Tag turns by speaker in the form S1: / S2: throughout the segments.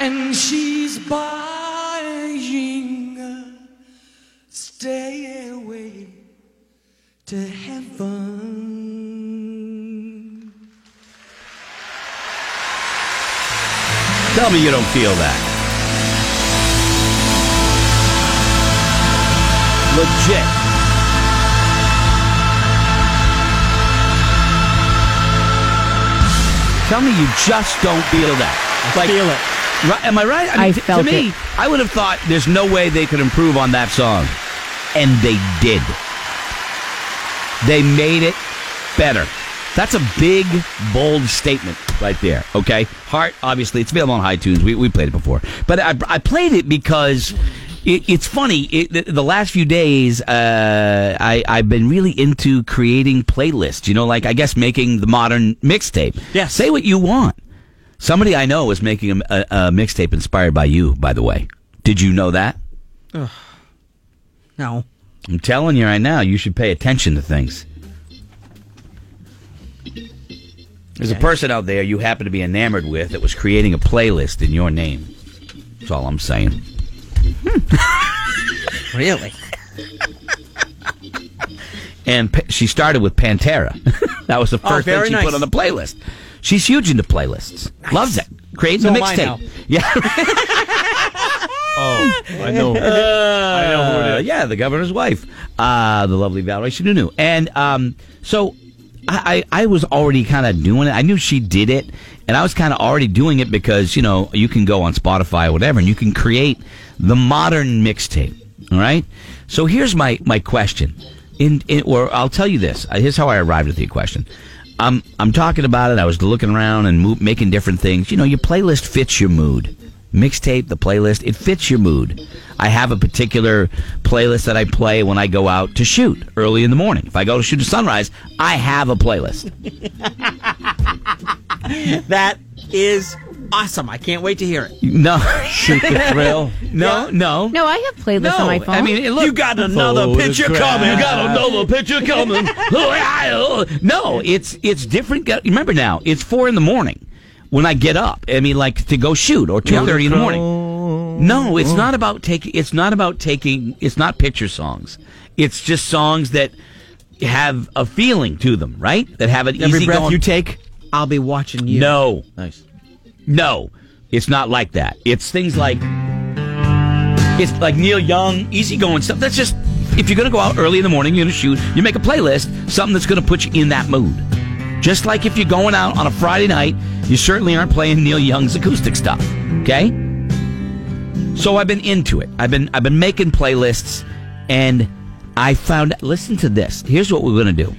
S1: and she's buying a stairway to heaven.
S2: Tell me you don't feel that. Legit. Tell me you just don't feel that. Like,
S3: Feel it.
S2: Right, am I right?
S4: I
S2: t- to
S4: felt
S2: me,
S4: it.
S2: I would have thought there's no way they could improve on that song, and they did. They made it better. That's a big, bold statement right there. Okay, Heart. Obviously, it's available on iTunes. We, we played it before, but I, I played it because it, it's funny. It, the, the last few days, uh, I I've been really into creating playlists. You know, like I guess making the modern mixtape.
S3: Yes.
S2: Say what you want. Somebody I know is making a, a, a mixtape inspired by you, by the way. Did you know that?
S3: No.
S2: I'm telling you right now, you should pay attention to things. There's a person out there you happen to be enamored with that was creating a playlist in your name. That's all I'm saying.
S3: Really?
S2: And pa- she started with Pantera. that was the
S3: Oh,
S2: first thing
S3: very
S2: she
S3: nice.
S2: put on the playlist. She's huge into playlists. Loves it. Creating
S3: So
S2: a
S3: am I now.
S2: mixtape. Yeah.
S5: Oh, I
S3: Uh,
S5: know. I know who
S2: Uh,
S5: it is.
S2: yeah, the governor's wife, uh, the lovely Valerie Sununu. And um, so I, I, I was already kind of doing it. I knew she did it, and I was kind of already doing it because, you know, you can go on Spotify or whatever, and you can create the modern mixtape. All right? So here's my, my question. In, in, or I'll tell you this. Uh, Here's how I arrived at the question. I'm, I'm talking about it. I was looking around and mo- making different things. You know, your playlist fits your mood mixtape, the playlist, it fits your mood. I have a particular playlist that I play when I go out to shoot early in the morning. If I go to shoot a sunrise, I have a playlist.
S3: That is awesome. I can't wait to hear it.
S2: No,
S5: Shoot the thrill.
S2: no, no.
S4: No, I have
S2: No,
S4: playlists on my phone.
S2: I mean, it- look,
S3: You got another
S5: Follow the
S3: picture
S5: crowd.
S3: coming.
S2: You got another picture coming. no, it's it's different. Remember now, it's four in the morning when I get up. I mean, like to go shoot or two thirty in the morning. No, it's not about taking. It's not about taking. It's not picture songs. It's just songs that have a feeling to them, right? That have an
S3: Every
S2: easy
S3: breath
S2: going-
S3: you take, I'll be watching you.
S2: No,
S5: Nice.
S2: no, it's not like that. It's things like it's like Neil Young, easygoing stuff. That's just if you're gonna go out early in the morning, you're gonna shoot, you make a playlist, something that's gonna put you in that mood. Just like if you're going out on a Friday night, you certainly aren't playing Neil Young's acoustic stuff. Okay? So I've been into it. I've been I've been making playlists and I found listen to this. Here's what we're gonna do.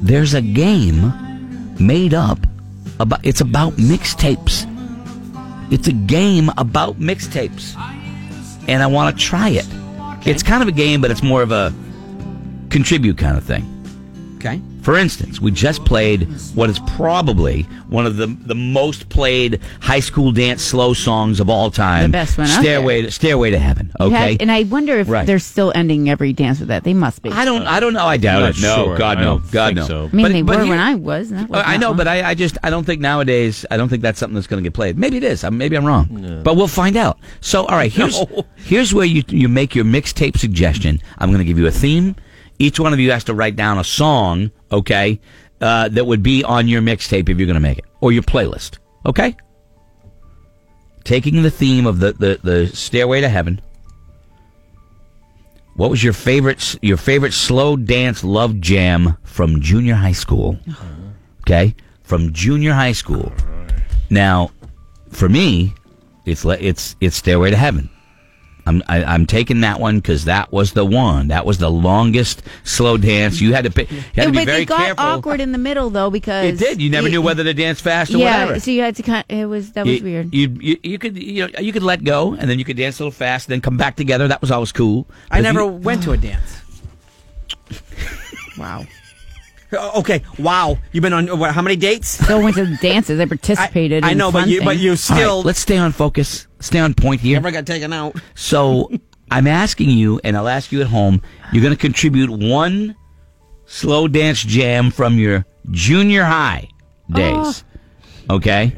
S2: There's a game made up about it's about mixtapes. It's a game about mixtapes. And I want to try it. It's kind of a game, but it's more of a contribute kind of thing.
S3: Okay.
S2: For instance, we just played what is probably one of the the most played high school dance slow songs of all time.
S4: The best one out
S2: Stairway to, Stairway to Heaven.
S4: You
S2: Okay.
S4: have- and I wonder if
S2: Right.
S4: they're still ending every dance with that. They must be.
S2: I don't. I don't know. I doubt
S5: Not
S2: it. No.
S5: sure.
S2: God
S5: I
S2: no.
S5: don't
S2: God
S5: think
S2: no.
S5: so.
S4: I mean,
S2: But-
S4: they
S2: but
S4: were
S2: here-
S4: when I was. and that was
S2: I I
S4: not
S2: know,
S4: long.
S2: but I, I just I don't think nowadays I don't think that's something that's going to get played. Maybe it is. I'm- Maybe I'm wrong. But we'll find out. So all right, here's here's where you you make your mixtape suggestion. I'm going to give you a theme. Each one of you has to write down a song, okay, uh, that would be on your mixtape if you're going to make it or your playlist, okay. Taking the theme of the, the, the Stairway to Heaven. What was your favorite s- your favorite slow dance love jam from junior high school? okay from junior high school now for me it's le- it's it's stairway to heaven i'm I, i'm taking that one because that was the one that was the longest slow dance you had to pick you had
S4: Yeah,
S2: to be
S4: but
S2: very
S4: it got
S2: careful
S4: awkward in the middle though because
S2: it did you never knew whether to dance fast or
S4: yeah,
S2: whatever
S4: so you had to kind. It was that was
S2: you,
S4: weird.
S2: You, you you could you know you could let go and then you could dance a little fast then come back together. That was always cool.
S3: I
S2: If
S3: never
S2: you-
S3: went to a dance. wow. Okay. Wow. You've been on what, how many dates?
S4: so I went to the dances. I participated.
S3: I
S4: in
S3: know, but
S4: fun
S3: you but
S4: things.
S3: you
S2: All right,
S3: still
S2: let's stay on focus. Stay on point here.
S3: never got taken out.
S2: So I'm asking you, and I'll ask you at home, you're going to contribute one slow dance jam from your
S4: Ah.
S2: junior high days. Okay?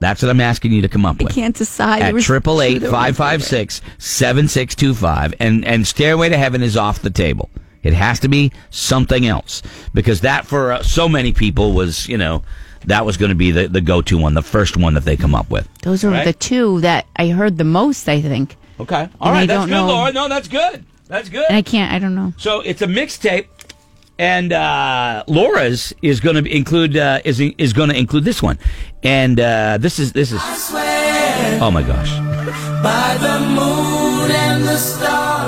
S2: That's what I'm asking you to come up
S4: I
S2: with.
S4: can't decide. There
S2: At
S4: was
S2: triple
S4: two
S2: eight
S4: that were
S2: five
S4: my
S2: five
S4: favorite.
S2: six seven six two five, and and Stairway to Heaven is off the table. It has to be something else because that for uh, so many people was you know that was going to be the the go to one, the first one that they come up with.
S4: Those are
S2: Right?
S4: the two that I heard the most. I think,
S2: Okay,
S4: I
S2: all right, that's
S4: don't
S2: good,
S4: know.
S2: Laura. No, that's good. That's good.
S4: and I can't. I don't know.
S2: So it's a mixtape, and uh, Laura's is going to include uh, is is going to include this one, and uh, this is this is. Oh my gosh!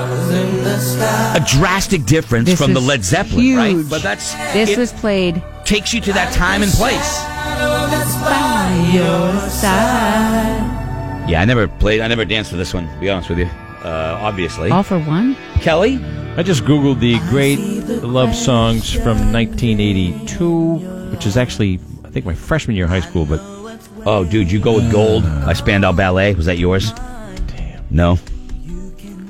S2: A drastic difference
S4: This
S2: from the
S4: is
S2: Led Zeppelin, right?
S4: huge.
S2: But that's
S4: This
S2: it
S4: was played.
S2: takes you to that time and place.
S4: By your side.
S2: Yeah, I never played. I never danced to this one. To be honest with you, uh, obviously.
S4: All for one.
S2: Kelly,
S5: I just googled the great love songs from 1982, which is actually I think my freshman year of high school. But
S2: oh dude, you go with Gold by Spandau Ballet. Was that yours? No.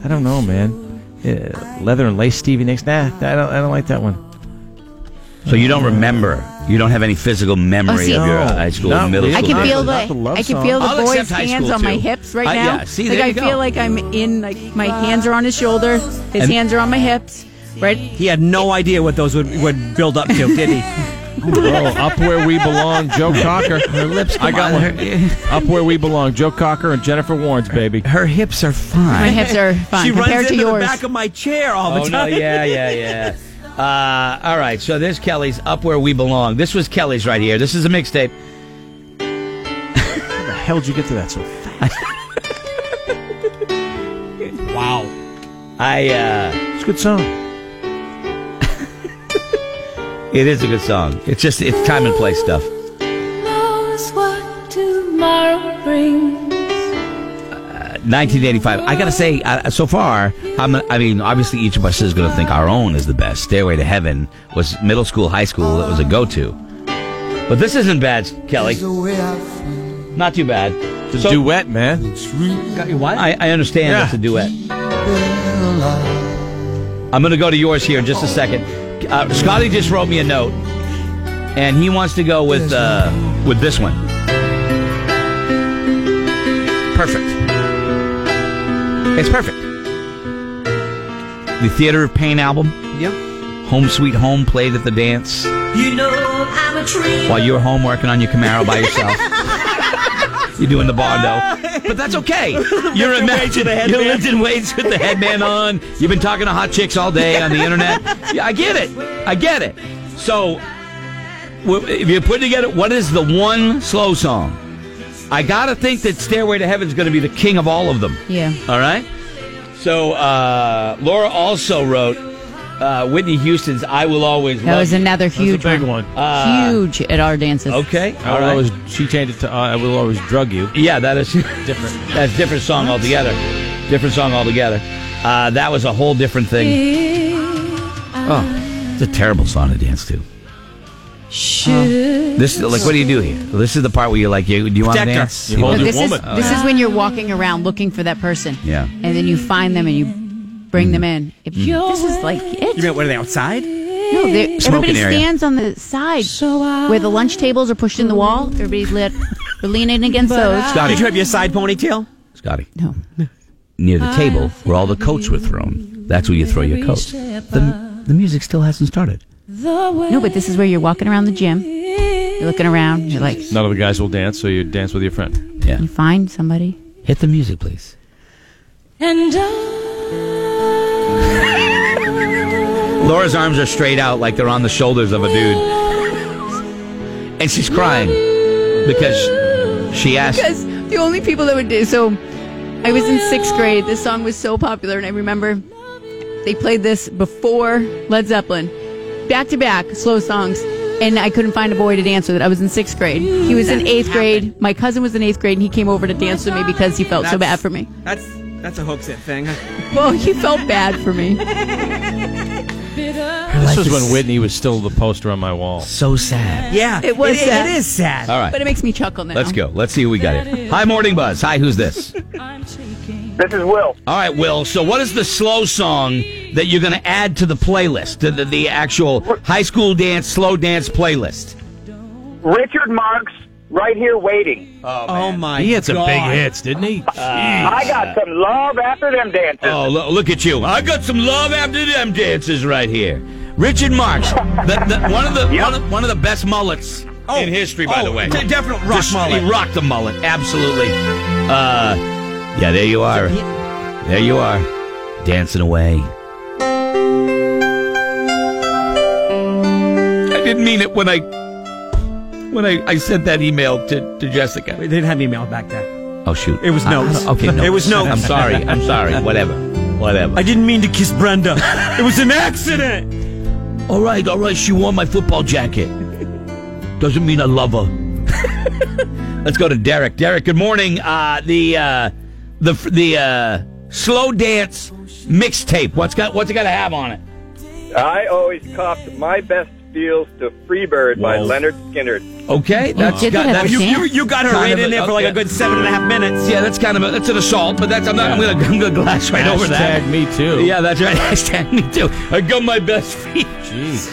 S5: I don't know, man. Yeah, leather and lace, Stevie Nicks. Nah, I don't. I don't like that one.
S2: So you don't remember. You don't have any physical memory
S4: Oh, see-
S2: of your
S5: No,
S2: high school,
S5: not
S2: and middle
S5: really.
S4: I
S2: school.
S4: can
S5: Not
S4: feel
S5: the-
S4: the,
S5: not the love
S4: I can
S5: song.
S4: feel the
S2: I'll accept
S4: boy's
S2: high
S4: hands
S2: school,
S4: on my
S2: too.
S4: hips right
S2: Uh,
S4: now.
S2: yeah, see,
S4: like
S2: there
S4: I
S2: you go.
S4: feel like I'm in like my hands are on his shoulder, his
S2: And-
S4: hands are on my hips. Right?
S3: He had no idea what those would would build up to, did he?
S5: Oh, up where we belong, Joe Cocker. Her lips. I got one. Up where we belong, Joe Cocker and Jennifer Warnes, baby.
S2: Her hips are
S4: My
S2: fine.
S4: hips are fine
S3: she
S4: compared
S3: runs
S4: to
S3: into
S4: yours.
S3: the back of my chair all
S2: oh
S3: the
S2: no!
S3: time.
S2: Yeah, yeah, yeah. Uh, all right. So there's Kelly's "Up Where We Belong." This was Kelly's right here. This is a mixtape.
S5: How the hell did you get to that so fast?
S3: Wow.
S2: I. Uh,
S5: It's a good song.
S2: it is a good song. It's just it's time and place stuff.
S6: knows what tomorrow brings.
S2: 1985. I gotta say, uh, so far, I'm, I mean, obviously each of us is gonna think our own is the best. Stairway to Heaven was middle school, high school. That was a go-to. But this isn't bad, Kelly. Not too bad.
S5: It's a
S2: So-
S5: duet, man.
S2: I, I understand
S5: Yeah.
S2: it's a duet. I'm going to go to yours here in just a second. Uh, Scotty just wrote me a note, and he wants to go with uh, with this one. Perfect. It's perfect. The Theater of Pain album.
S3: Yep.
S2: Home Sweet Home played at the dance
S1: You know I'm a tree.
S2: while you're home working on your Camaro by yourself. you're doing the Bondo. But that's okay. You're in You're lifting weights with the headband on. You've been talking to hot chicks all day on the internet. Yeah, I get it. I get it. So, w- if you put together, what is the one slow song? I gotta think that Stairway to Heaven is gonna be the king of all of them.
S4: Yeah.
S2: All right. So uh, Laura also wrote uh, Whitney Houston's "I Will Always
S4: That
S2: Love
S4: was
S2: You."
S4: another
S5: That's a
S4: huge
S5: big one.
S4: huge at our dances.
S2: Okay.
S5: I
S2: all
S5: will
S2: right.
S5: always. She changed it to uh, I will always drug you.
S2: Yeah, that is
S5: Different.
S2: that's a different song altogether. Different song altogether. Uh, that was a whole different thing. Oh, it's a terrible song to dance to. This like what do you do here? This is the part where you're like, you, do you want to
S3: Protect her.
S2: dance?
S5: You hold
S4: But
S5: Older
S4: this is
S5: woman.
S4: this is when you're walking around looking for that person.
S2: Yeah.
S4: And then you find them and you bring them in. If This is like it.
S3: You mean what are they outside?
S4: No, they- everybody
S2: area.
S4: stands on the side where the lunch tables are pushed in the wall. Everybody's lit. We're leaning against those.
S3: Did
S2: Scotty,
S3: you have your side ponytail?
S2: Scotty,
S4: No.
S2: near the table where all the coats were thrown. That's where you throw your coats. The, the music still hasn't started.
S4: No, but this is where you're walking around the gym. You're looking around. You're like,
S5: None of the guys will dance, so you dance with your friend.
S2: Yeah,
S4: you find somebody.
S2: hit the music, please.
S6: And I
S2: Laura's arms are straight out like they're on the shoulders of a dude. And she's crying because she asked.
S4: Because the only people that would do so, I was in sixth grade. This song was so popular, and I remember they played this before Led Zeppelin, back to back, slow songs. And I couldn't find a boy to dance with. I was in sixth grade. He was in eighth grade. My cousin was in eighth grade, and he came over to dance with me because he felt so bad
S3: That's-
S4: for me.
S3: That's that's a hoax it thing.
S4: Well, he felt bad for me.
S5: This was when Whitney was still the poster on my wall.
S2: So sad.
S3: Yeah.
S4: It was sad.
S3: it is sad.
S2: All right.
S4: But it makes me chuckle now.
S2: Let's go. Let's see who we got here. Hi, Morning Buzz. Hi, who's this?
S7: This is Will.
S2: All right, Will. So, what is the slow song that you're going to add to the playlist, to the, the actual high school dance, slow dance playlist?
S7: Richard Marks, Right here waiting.
S2: Oh,
S3: Oh
S2: man.
S3: my!
S5: He had some
S3: God.
S5: big hits, didn't he?
S7: I got some love after them dances.
S2: Oh, lo- look at you! I got some love after them dances right here. Richard Marx, the, the, one of the
S7: Yep.
S2: one, of, one of the best mullets
S3: Oh,
S2: in history, by
S3: oh,
S2: the way.
S3: de- definite rock
S2: Just-
S3: mullet.
S2: He rocked the mullet, absolutely. Uh, yeah, there you are. There you are, dancing away. I didn't mean it when I when I, I sent that email to, to Jessica.
S3: They didn't have email back then.
S2: Oh shoot!
S3: It was
S2: I-
S3: notes.
S2: I- okay,
S3: It
S2: no.
S3: was notes.
S2: I'm sorry. I'm sorry. Whatever. Whatever.
S3: I didn't mean to kiss Brenda. it was an accident.
S2: All right, all right, she wore my football jacket. Doesn't mean I love her. Let's go to Derek. Derek, good morning. Uh, the uh, the the uh, slow dance mixtape. What's got what's it got to have on it?
S8: I always copped my best feels to Freebird by
S2: Whoa.
S8: Leonard Skinner.
S2: Okay, that's
S4: Did
S2: got
S4: they have
S2: that's,
S4: a
S3: You,
S4: dance?
S3: you, you got her
S2: Kind
S3: right
S2: of
S3: in
S2: a-
S3: there for like
S2: okay.
S3: a good seven and a half minutes.
S2: yeah, that's kind of a, that's an assault, but that's I'm not I'm gonna I'm gonna glass right over that.
S5: Hashtag me too.
S2: Yeah, that's right. Hashtag me too. I got my best feet.
S5: Jeez.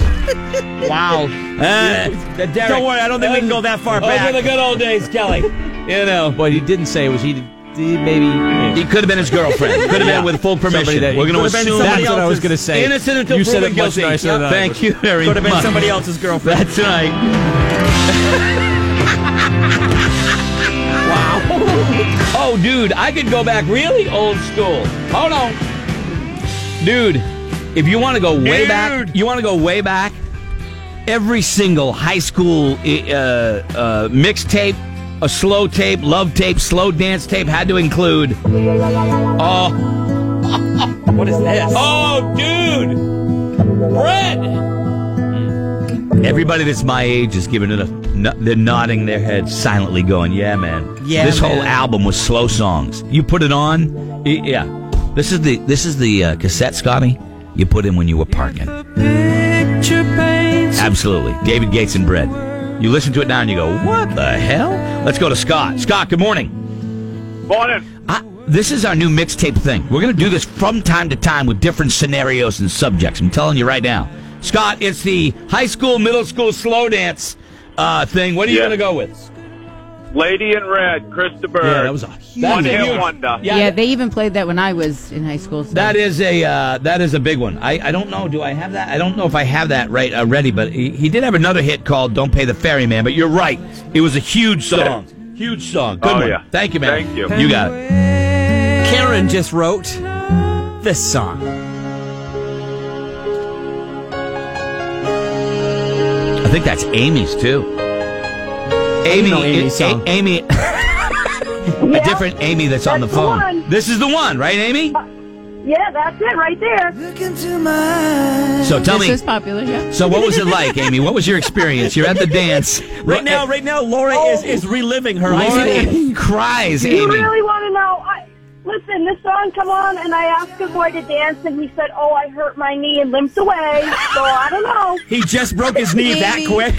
S2: Wow.
S5: Uh,
S3: Don't worry, I don't think we can go that far
S2: Those are the
S3: back.
S2: good old days, Kelly. you know.
S5: But he didn't say it was he. Did maybe.
S2: He could have been his girlfriend. Could have been with full permission.
S5: Somebody that-
S2: We're going to
S5: Could have been
S2: assume
S5: somebody That's what I was else's- gonna say.
S2: Innocent until
S5: You said
S2: proven
S5: it much
S2: guilty.
S5: nicer than I
S2: Thank
S5: did.
S2: you very
S3: Could have been
S2: much.
S3: somebody else's girlfriend.
S2: That's right. wow. Oh, dude, I could go back really old school. Hold on, dude. If you want to go way back, you want to go way back. Every single high school uh, uh, mixtape, a slow tape, love tape, slow dance tape had to include. Oh.
S3: What is this?
S2: Oh, dude! Bread! Everybody that's my age is giving it a. no- They're nodding their heads silently, going, "Yeah, man."
S3: Yeah,
S2: This whole
S3: man.
S2: album was slow songs. You put it on, y- yeah. This is the this is the uh, cassette, Scotty. You put in when you were parking. Absolutely, David Gates and Bread. You listen to it now and you go, "What the hell?" Let's go to Scott. Scott, good morning.
S7: Morning.
S2: I, this is our new mixtape thing. We're going to do this from time to time with different scenarios and subjects. I'm telling you right now. Scott, it's the high school, middle school slow dance uh, thing. What are you
S8: Yeah.
S2: going to go with?
S8: Lady in Red, Christopher.
S5: Yeah, that was a huge.
S2: That's a
S8: hit
S2: huge-
S8: wonder.
S2: Yeah,
S4: yeah, they even played that when I was in high school. So.
S2: that is a uh, that is a big one. I, I don't know. Do I have that? I don't know if I have that right uh, ready. But he, he did have another hit called "Don't Pay the Ferryman." But you're right. It was a huge song. Huge song. Good
S8: Oh,
S2: one.
S8: yeah.
S2: Thank you, man.
S8: Thank you.
S2: You got it.
S3: Karen just wrote this song.
S2: I think that's Amy's too. Amy,
S3: know Amy's
S2: A- A-
S3: song.
S2: Amy, a different Amy that's on the
S9: that's the
S2: phone.
S9: one.
S2: This is the one, right, Amy?
S9: Yeah, that's it right there.
S2: So tell
S4: this
S2: me.
S4: was popular. Yeah.
S2: So what was it like, Amy? What was your experience? You're at the dance
S3: Right now, right now, Laura is, is reliving her high
S2: Laura
S3: school.
S2: cries,
S9: You
S2: Amy.
S9: really want to know? I, listen, this song come on, and I asked a boy to dance, and he said, "Oh, I hurt my knee and limped away." So I don't know.
S3: He just broke his knee that
S4: Amy.
S3: quick.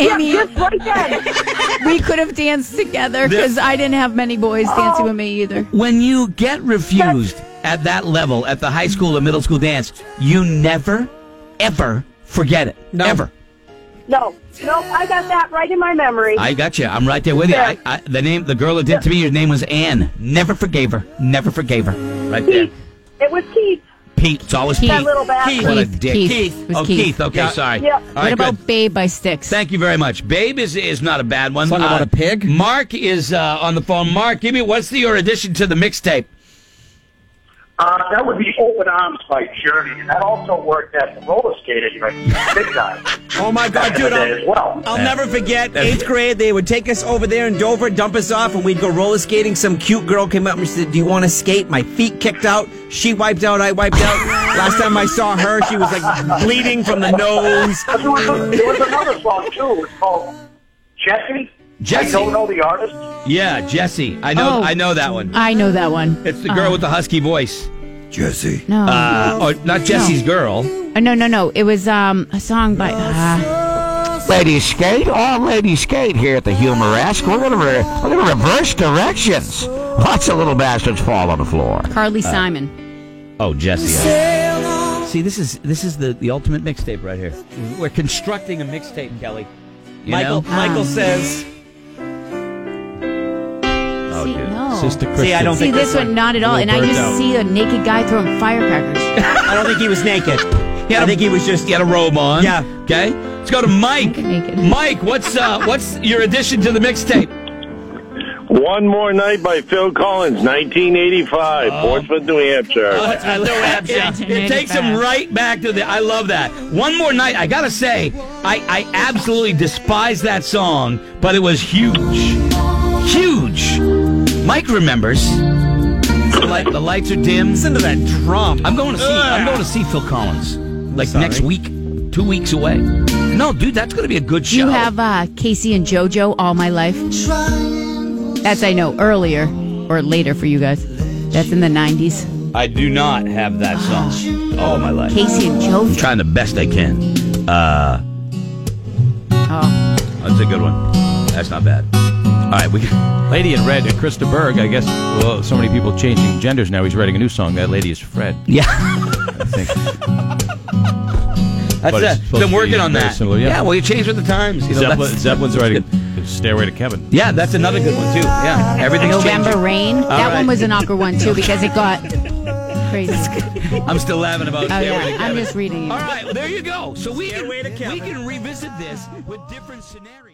S4: Amy,
S9: Just right then.
S4: we could have danced together because I didn't have many boys
S2: Oh.
S4: dancing with me either.
S2: When you get refused at that level, at the high school or middle school dance, you never, ever forget it.
S3: No.
S2: Ever.
S9: No, no, I got that right in my memory.
S2: I got you. I'm right there with you. I, I, the name, the girl that did to me, her name was Ann. Never forgave her. Never forgave her. Right there.
S9: Keith. It was Keith.
S2: Pete. It's always Pete.
S9: That little bastard.
S2: What a
S4: Keith,
S2: dick.
S4: Keith. It was
S2: Oh, Keith.
S4: Keith.
S2: Okay, sorry.
S9: Yeah.
S2: All
S4: what
S2: right,
S4: about
S2: good.
S4: Babe by Sticks?
S2: Thank you very much. Babe is is not a bad one. Uh,
S3: Song about a pig?
S2: Mark is uh, on the phone. Mark, give me what's the, your addition to the mixtape?
S7: Uh, that would be Open Arms by Journey, and that also worked at the roller skater event big time.
S3: Oh my God,
S7: Back in
S3: dude!
S7: the day as
S3: I'll,
S7: well.
S3: I'll never forget eighth grade. They would take us over there in Dover, dump us off, and we'd go roller skating. Some cute girl came up and she said, "Do you want to skate?" My feet kicked out. She wiped out. I wiped out. Last time I saw her, she was like bleeding from the nose.
S7: There was, a- there was another song too. It's called Jesse.
S2: Jesse.
S7: I don't know the artist.
S2: Yeah, Jesse. I know.
S4: Oh.
S2: I know that one.
S4: I know that one. Uh,
S2: It's the girl with the husky voice.
S3: Jesse.
S4: No,
S2: Uh, or not Jesse's girl.
S4: Uh, no, no, no. It was um a song by. Uh,
S10: Ladies skate, all ladies skate here at the Humoresque. We're gonna re- we're gonna reverse directions. Lots of little bastards fall on the floor.
S4: Carly
S2: Uh,
S4: Simon.
S2: Oh, Jesse. See, this is this is the the ultimate mixtape right here. We're constructing a mixtape, Kelly. You
S3: Michael,
S2: know?
S3: Michael says.
S2: Oh, dude.
S4: No.
S5: Sister
S3: See, I don't
S4: See
S3: think
S4: this one, not at all. And I
S3: Little
S4: just
S3: burnt out.
S4: see a naked guy throwing firecrackers.
S3: I don't think he was naked.
S2: He had
S3: I
S2: a-
S3: think he was just.
S2: He had a robe on.
S3: Yeah.
S2: Okay. Let's go to Mike.
S4: Naked.
S2: Mike, what's uh, what's your addition to the mixtape?
S11: One More Night by Phil Collins, 1985,
S5: Oh.
S11: Portsmouth, New Hampshire.
S2: I love that. It takes him right back to the. I love that. One more night. I gotta say, I I absolutely despise that song, but it was huge, huge. Mike remembers. The, light, the lights are dim.
S3: Listen to that drum.
S2: I'm going to see. I'm going to see Phil Collins like next week, two weeks away. No, dude, that's going to be a good show.
S4: You have uh, Casey and JoJo all my life. That's I know earlier or later for you guys. That's in the nineties.
S2: I do not have that song. All my life.
S4: Casey and
S2: I'm
S4: JoJo.
S2: trying the best I can. Uh,
S4: Oh,
S2: that's a good one. That's not bad. All right, we.
S5: Lady in Red, uh, Krista Berg. I guess well, so many people changing genders now. He's writing a new song. That lady is Fred.
S2: Yeah,
S5: I think.
S2: that's
S5: it's
S2: it.
S5: supposed to
S2: Been
S5: be
S2: working on
S5: very
S2: that.
S5: similar, yeah.
S2: well, you change with the times. You know,
S5: Zeppelin,
S2: that's-
S5: Zeppelin's writing "Stairway to Kevin."
S2: yeah, that's another good one too. Yeah, everything's
S4: November
S2: changing.
S4: Rain. that
S2: right.
S4: one was an awkward one too because it got crazy.
S2: I'm still laughing about.
S4: Oh,
S2: Stairway
S4: yeah.
S2: to
S4: I'm
S2: Heaven.
S4: just reading it.
S2: All right, well, there you go. So we can,
S3: Stairway to
S2: we
S3: Kevin.
S2: can revisit this with different scenarios.